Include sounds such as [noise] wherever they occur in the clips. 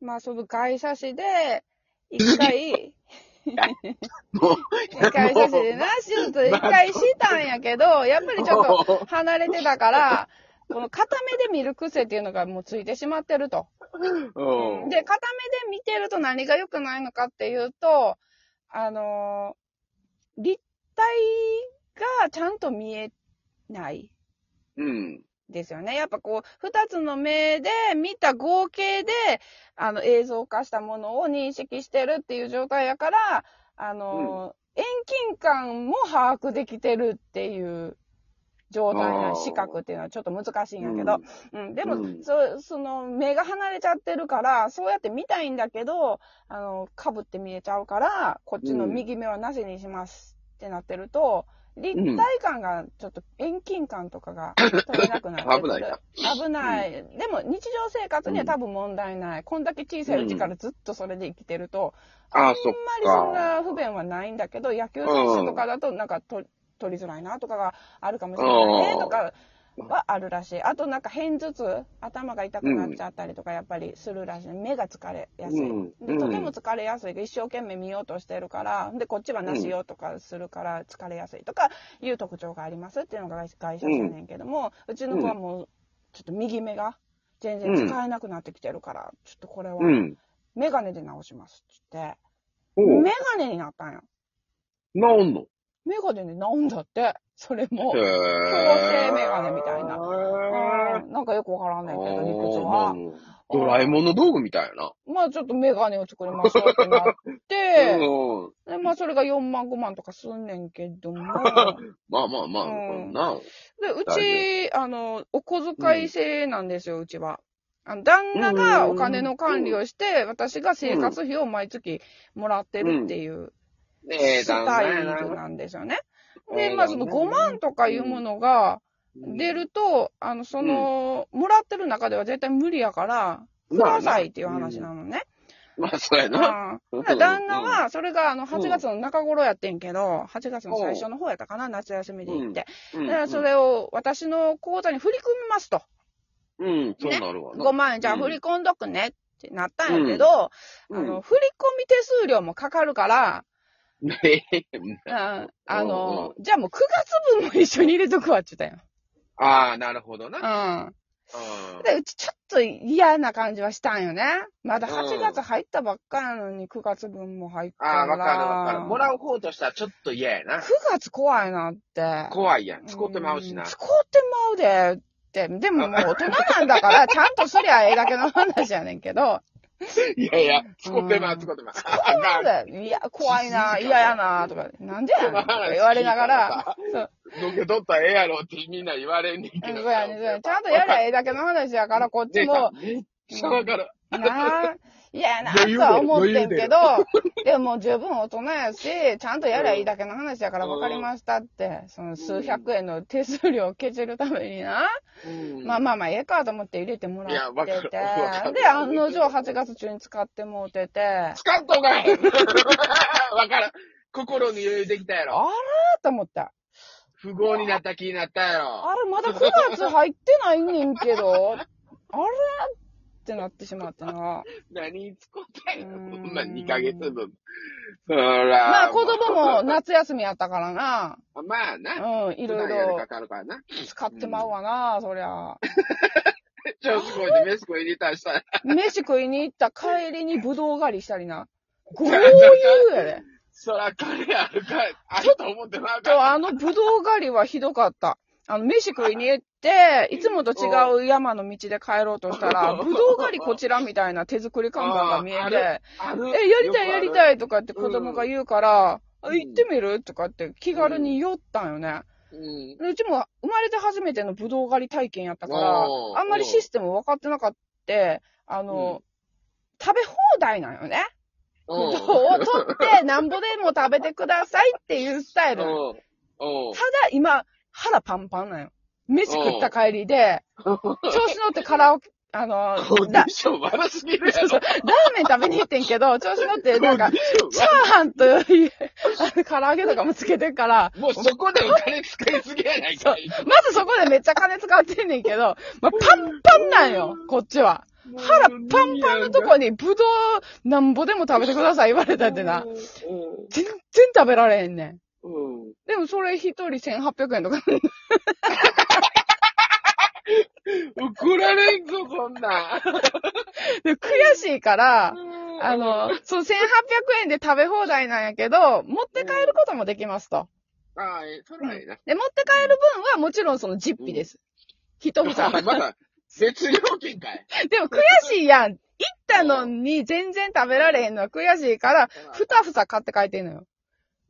まあ、その外車市で、一 [laughs] 回、もう、一回もさうせてな、手術一回したんやけど、やっぱりちょっと離れてたから、この片目で見る癖っていうのがもうついてしまってると。うん。で、片目で見てると何が良くないのかっていうと、あのー立体がちゃんと見えないうん。ですよね。やっぱこう、二つの目で見た合計で、あの、映像化したものを認識してるっていう状態やから、あのー遠近感も把握できてるっていう状態あなー視覚っていうのはちょっと難しいんやけど、うん、でも、うんそその目が離れちゃってるから、そうやって見たいんだけど、あの、かぶって見えちゃうから、こっちの右目はなしにしますってなってると、立体感がちょっと遠近感とかが取れなくなって [laughs] 危ないな危ない。でも日常生活には多分問題ない。こんだけ小さいうちからずっとそれで生きてると、あああんそっかまりそんな不便はないんだけど、野球選手とかだとなんかと取りづらいなとかがあるかもしれないねとかはあるらしい。あとなんか片頭痛、頭が痛くなっちゃったりとかやっぱりするらしい。目が疲れやすい。うんで、とても疲れやすい。一生懸命見ようとしてるから、で、こっちはなしよとかするから疲れやすいとかいう特徴がありますっていうのが外外車じゃねんけども、うちの子はもうちょっと右目が全然使えなくなってきてるから、ちょっとこれはうん。メガネで直しますってって。おうメガネになったんよ。治んのメガネで治んだって。それも。へ矯ぇ正メガネみたいなな。うんなんかよくわからんねんけど、理屈あは。ードラえもんの道具みたいな。まあちょっとメガネを作りましょうってなって、 [laughs] うん。でまあそれが4万5万とかすんねんけ [laughs] ども。まあまあまあ、うんなで、う大ち、あの、お小遣い制なんですよ、うちは。あの旦那がお金の管理をして、私が生活費を毎月もらってるっていうねえ、スだタイんルだんなんですよね。うんで、まあその5万とかいうものが、出ると、あの、その、もらってる中では絶対無理やから、くまあださいっていう話なのね。まあ、そうやな。あうんあ旦那うんは、それがあの、8月の中頃やってんけど、8月の最初の方やったかな、夏休みで行って。うだんからそ、れを私の口座に振り込みますと。うん、そうなるわな。 5万円じゃあうん振り込んどくねってなったんやけど、うんあの、振り込み手数料もかかるから、ねえうんあの、うじゃあもう9月分も一緒に入れとくわって言っああ、なるほどな。たんよ。うん。うんで、うちちょっと嫌な感じはしたんよね。まだ8月入ったばっかやのに9月分も入ったああ、わかるわかる。もらう。う方としたらちょっと嫌やな9。月怖いなって。怖いやん。使ってまうしな。使ってまうでって。でももう大人なんだから、 [laughs] ちゃんとすりゃええだけの話やねんけど。 [laughs] いやいや、使ってまう、使ってまう。そうだよいや、怖いな、嫌やな、とか、なんでやねんとか言われなが [laughs] ら。そうのけ取ったらええやろってみんな言われんねんうけんど。そうやね、そうやね。ちゃんとやりゃええだけの話やから、こっちも。ねえ。めっちゃわかる。なあ、いやなあ余裕とでは思ってんけど、でももう十分大人やし、ちゃんとやりゃいいだけの話やからうん分かりましたって、その数百円の手数料をけじるためにな、うんまあまあまあええかと思って入れてもらいやわってかてるわか、るで、案の定8月中に使ってもうてて、あ使っと [laughs] かいわかる。心に余裕できたやろ。らーと思った。不合になった気になったやろ。あれまだ9月入ってないねんけど、あれってなってしまってな。何使ったんやろ。うんほんま2ヶ月分。そら。まあ子供も夏休みやったからな、まあな。うん、いろい普段やろかかるからな。使ってまうわな、そりゃ。調子こいて飯食いに行ったりしたら。飯食いに行った帰りにぶどう狩りしたり [laughs] な。豪遊やで。そら金あるか、あると思ってなかっと、た。あのぶどう狩りはひどかった。あの、飯食いに行って、いつもと違う山の道で帰ろうとした [laughs] ら、ぶどう狩りこちらみたいな手作り看板が見えあて、え、あるやりたいやりたい。いとかって子供が言うから、あ行ってみるとかって気軽に寄ったんよね。うん。でうちも生まれて初めてのぶどう狩り体験やったからお、ーあんまりシステム分かってなかった。あの、食べ放題なんよね。おぶどうを取って、なんぼでも食べてくださいっていうスタイル。ただおうおう今、腹パンパンなんよ。飯食った帰りで、調子乗ってカラオケ、あの、コンデだィション悪すぎるやそうろ。そうラーメン食べに行ってんけど、調子乗って、なんかコンデ、ィションチャーハンという、あの、唐揚げとかもつけてるから、悪もうそこでお金使いすぎやないかい。まずそこでめっちゃ金使ってんねんけど、まあ、パンパンなんよ、こっちは。腹パンパンのとこに、ぶどうなんぼでも食べてください言われたってな。う全然食べられへんねん。ん。うん。でもそれ一人1800円とか。怒られんぞ、こんなん。で悔しいから、あの、その1800円で食べ放題なんやけど、持って帰ることもできますと。ああ、ええそらええな。で、持って帰る分はもちろんその実費です。一房。 [laughs] まだ、別料金かい。でも悔しいやん。行ったのに全然食べられへんのは悔しいから、ふたふた買って帰ってんのよ。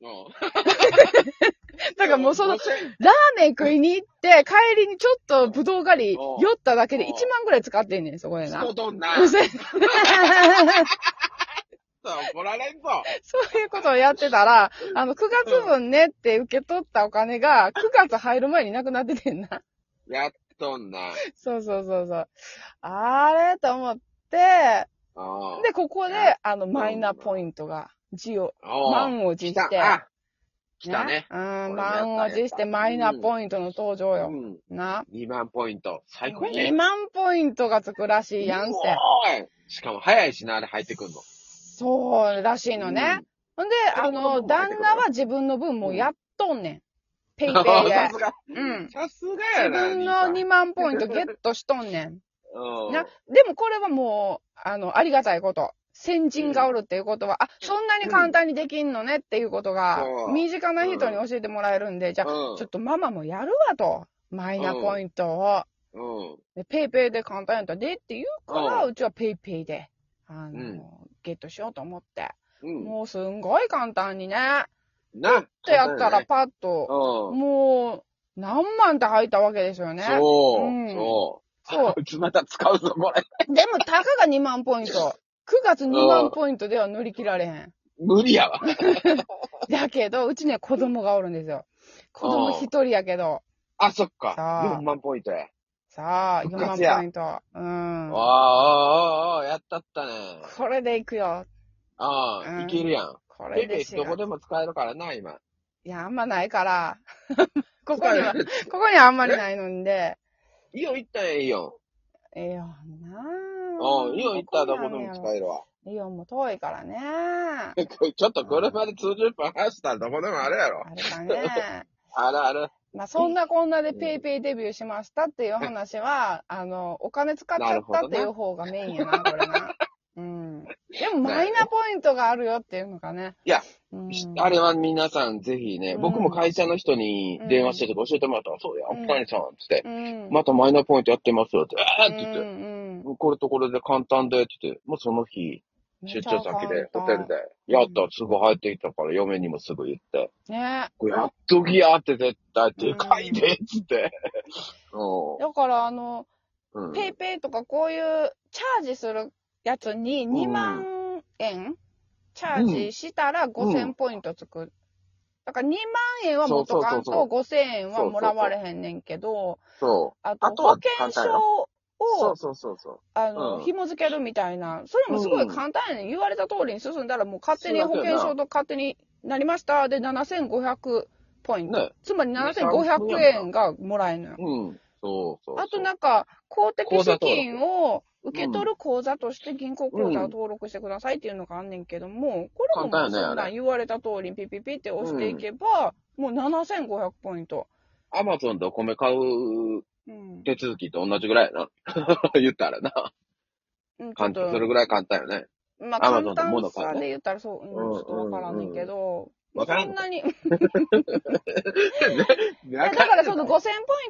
うんだからもうその、ラーメン食いに行って、帰りにちょっとぶどう狩りうん酔っただけで1うん万ぐらい使ってんねん、そこでな。人とんな。 [laughs] そう怒られんぞ。そういうことをやってたら、あの、9月分ねって受け取ったお金が、9月入る前になくなっててんな。やっとんな。そうそうそうそう。あれと思って、うんで、ここで、あの、マイナポイントが、字を、おう満を持して。あ、来たね。うん、これもや満をった持してマイナポイントの登場うよ。ん。な。 2万ポイント。最高や2ね。万ポイントがつくらしいやんって。おいしかも早いしな、あれ入ってくんの。そうらしいのね。ほんで、それあももの、う入ってく旦る那は自分の分もうやっとんねん。ペイうん。ペイでさ。すが。うん。さすが自やな。分の2兄万ポイントゲットしとんねん。さんうん。な、でもこれはもう、あの、ありがたいこと。先人がおるっていうことは、あ、そんなに簡単にできんのねっていうことがそ、う身近な人に教えてもらえるんで、じゃあ、ちょっとママもやるわと。マイナポイントを。うん。で、ペイペイで簡単やったらでって言うから、ううちはペイペイで、あの、うんゲットしようと思って。うん。うん。もうすんごい簡単にね。な。っってやったらうん。パッと、もう、何万って入ったわけですよね。そううん。そう。そう。うちまた使うぞ、これ。でも、たかが2万ポイント。9月2万ポイントでは乗り切られへん。無理やわ。だけど、うちね、子供がおるんですよ。子供一人やけど。あ、そっか。さあ4万ポイントや。さあ、4復万活やポイント。うんあ。あ、ああ、やったったね。これでいくよ。あうんあ、いけるやん。こペれイペでイしどこでも使えるからな、今。いや、あんまない [laughs] から。ここには、使える [laughs] ここにはあんまりないので。イオン行ったらええよ。ええよなうん、イオン行ったらどこでもえ使えるわ。イオンも遠いからね。あ [laughs] ちょっと車で通十分走ったらどこでもあるやろ。れかね。あるある。まあ、そんなこんなでペイペイデビューしましたっていう話は、あの、お金使っちゃったっていう方がメインやな、これな。うん。でも、マイナポイントがあるよっていうのがね。いやうん、あれは皆さんぜひね、うん僕も会社の人に電話してとか教えてもらったら、そうや、うんおかえりさん、つって。うん。またマイナポイントやってますよ、って。えーうっんて言って。うんこれとこれで簡単で、って言って。もうその日、出張先で、ホテルで。、やったらすぐ入ってきたから、嫁にもすぐ言って。ね。これやっときやって絶対でかいで、つって。うだから、あの、ん。うん。ペイペイとかこういうチャージするやつにん2万円チャージしたら5000ポイントつく。だから2万円は元カンとそう5000円はもらわれへんねんけど、そああとと保は険簡単や証う。そをうそうそうそう。あのうん紐付けるみたいな、それもすごい簡単やねん。言われた通りに進んだらもう勝手にそう保だよ険な証と勝手になりました。で、7500ポイント。ね。つまり7500円がもらえるのよ。うん。そうそうそう。あとなんか、公的資金を受け取る口座として銀行口座を登録してくださいっていうのがあんねんけども、これもも簡う単やねそんなあんれ言われた通りピピピって押していけば、もう7500ポイント。アマゾンでお米買ううん。手続きと同じぐらいやな。 [laughs] 言ったらな。うんちょっ簡単、それと、ぐらい簡単よね。まあ Amazon 簡のも単のさ買うねで言ったらそう、うん、うんちょっとわからんねんけど、うんうんわからそんんのなに、だだからその5000ポイ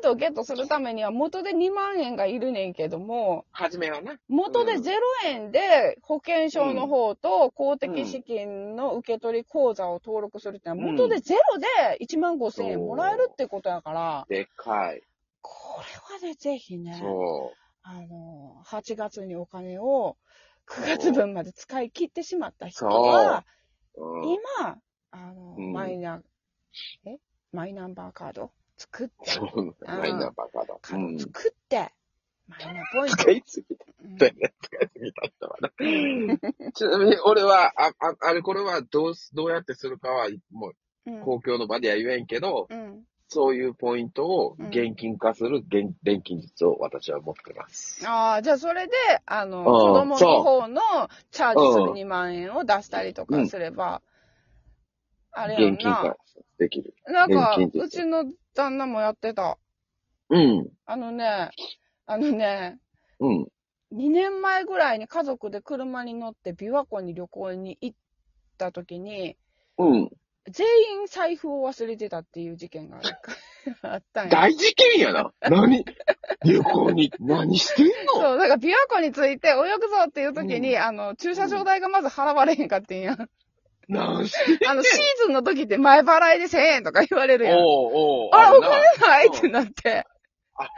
ントをゲットするためには元で2万円がいるねんけども、はじめはな。元でうん0円で保険証の方と公的資金の受け取り口座を登録するってのは、うん元で0で1万5千円もらえるってことやから、でかい。これはね、ぜひね、そあの、8月にお金を9月分まで使い切ってしまった人は、う。うん今、あの、うんマイナ、えマイナンバーカード作って、そう。ないな、バカだ。カうーんド。作って、マイナポイント使いすぎうんだよね。使いすぎた人は [laughs] な。ちなみに、俺は、あ、あ、あれ、これはどうす、どうやってするかは、もう、うん公共の場では言えんけど、うん。そういうポイントを現金化する現錬金術を私は持ってます。ああ、じゃあそれで、あの、ん子供の方のチャージするうん2万円を出したりとうかんすれば、あれや現ん金な化。できる。なんか現金、ですうちの旦那もやってた。うん。あのね、あのね、うん。 2年前ぐらいに家族で車に乗って琵琶湖に旅行に行った時に、うん。全員財布を忘れてたっていう事件が [laughs] あったんや。大事件やな。何 [laughs] 旅行に、何してんのそう、だから琵琶湖について泳ぐぞっていう時に、あの、駐車場代がまず払われへんかってんや。何してんあの、シーズンの時って前払いで1000円とか言われるやん。おうおうあ、おるな金ないってなって。おあや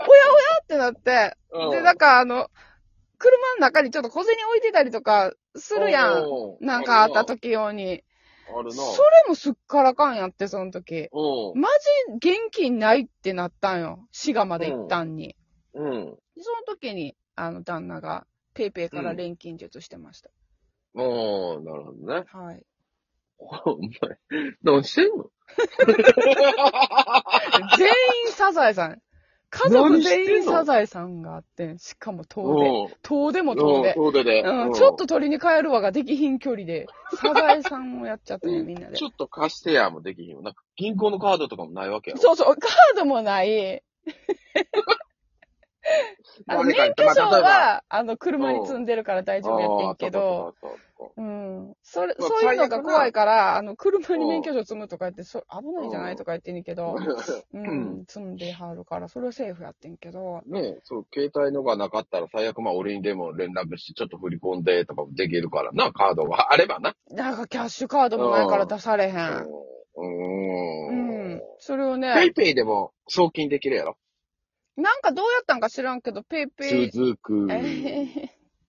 おやってなって。うで、んなんかあの、車の中にちょっと小銭置いてたりとかするやん。おうおうなんかあった時用に。あるな。それもすっからかんやって、その時。うマジ現金ないってなったんよ。滋賀まで行ったんに。ん。うん。その時に、あの、旦那が、ペイペイから錬金術してました。おー、なるほどね。 [laughs] はい。お前、何してんの全員サザエさん。家族全員サザエさんがあってん。しかも遠出。うん。遠出も遠うん出。そうでね。うん、ちょっと取りに帰るわができひん距離で、サザエさんをやっちゃったね、みんなでち。ょっと貸してやもできひんよ。なんか銀行のカードとかもないわけやろ。そうそう、カードも [laughs] ない。あの、誰か免に許証まあ例えばは、あの、車に積んでるから大丈夫やってんけど、あー。そうかそうかうん。それ、まあそういうのが怖いから、あの、車にうん免許証積むとか言って、そ危ないんじゃなういんとか言ってんねんけど、そうかうん、積んではるから、それはセーフやってんけど、ねえ、そう、携帯のがなかったら最悪まあ俺にでも連絡してちょっと振り込んでとかもできるからな、カードがあればな。なんかキャッシュカードもないから出されへん。ううん。ん。それをペイね、ペイでも送金できるやろ。 [laughs] なんかどうやったんか知らんけど、ペイペイ続く。えへへ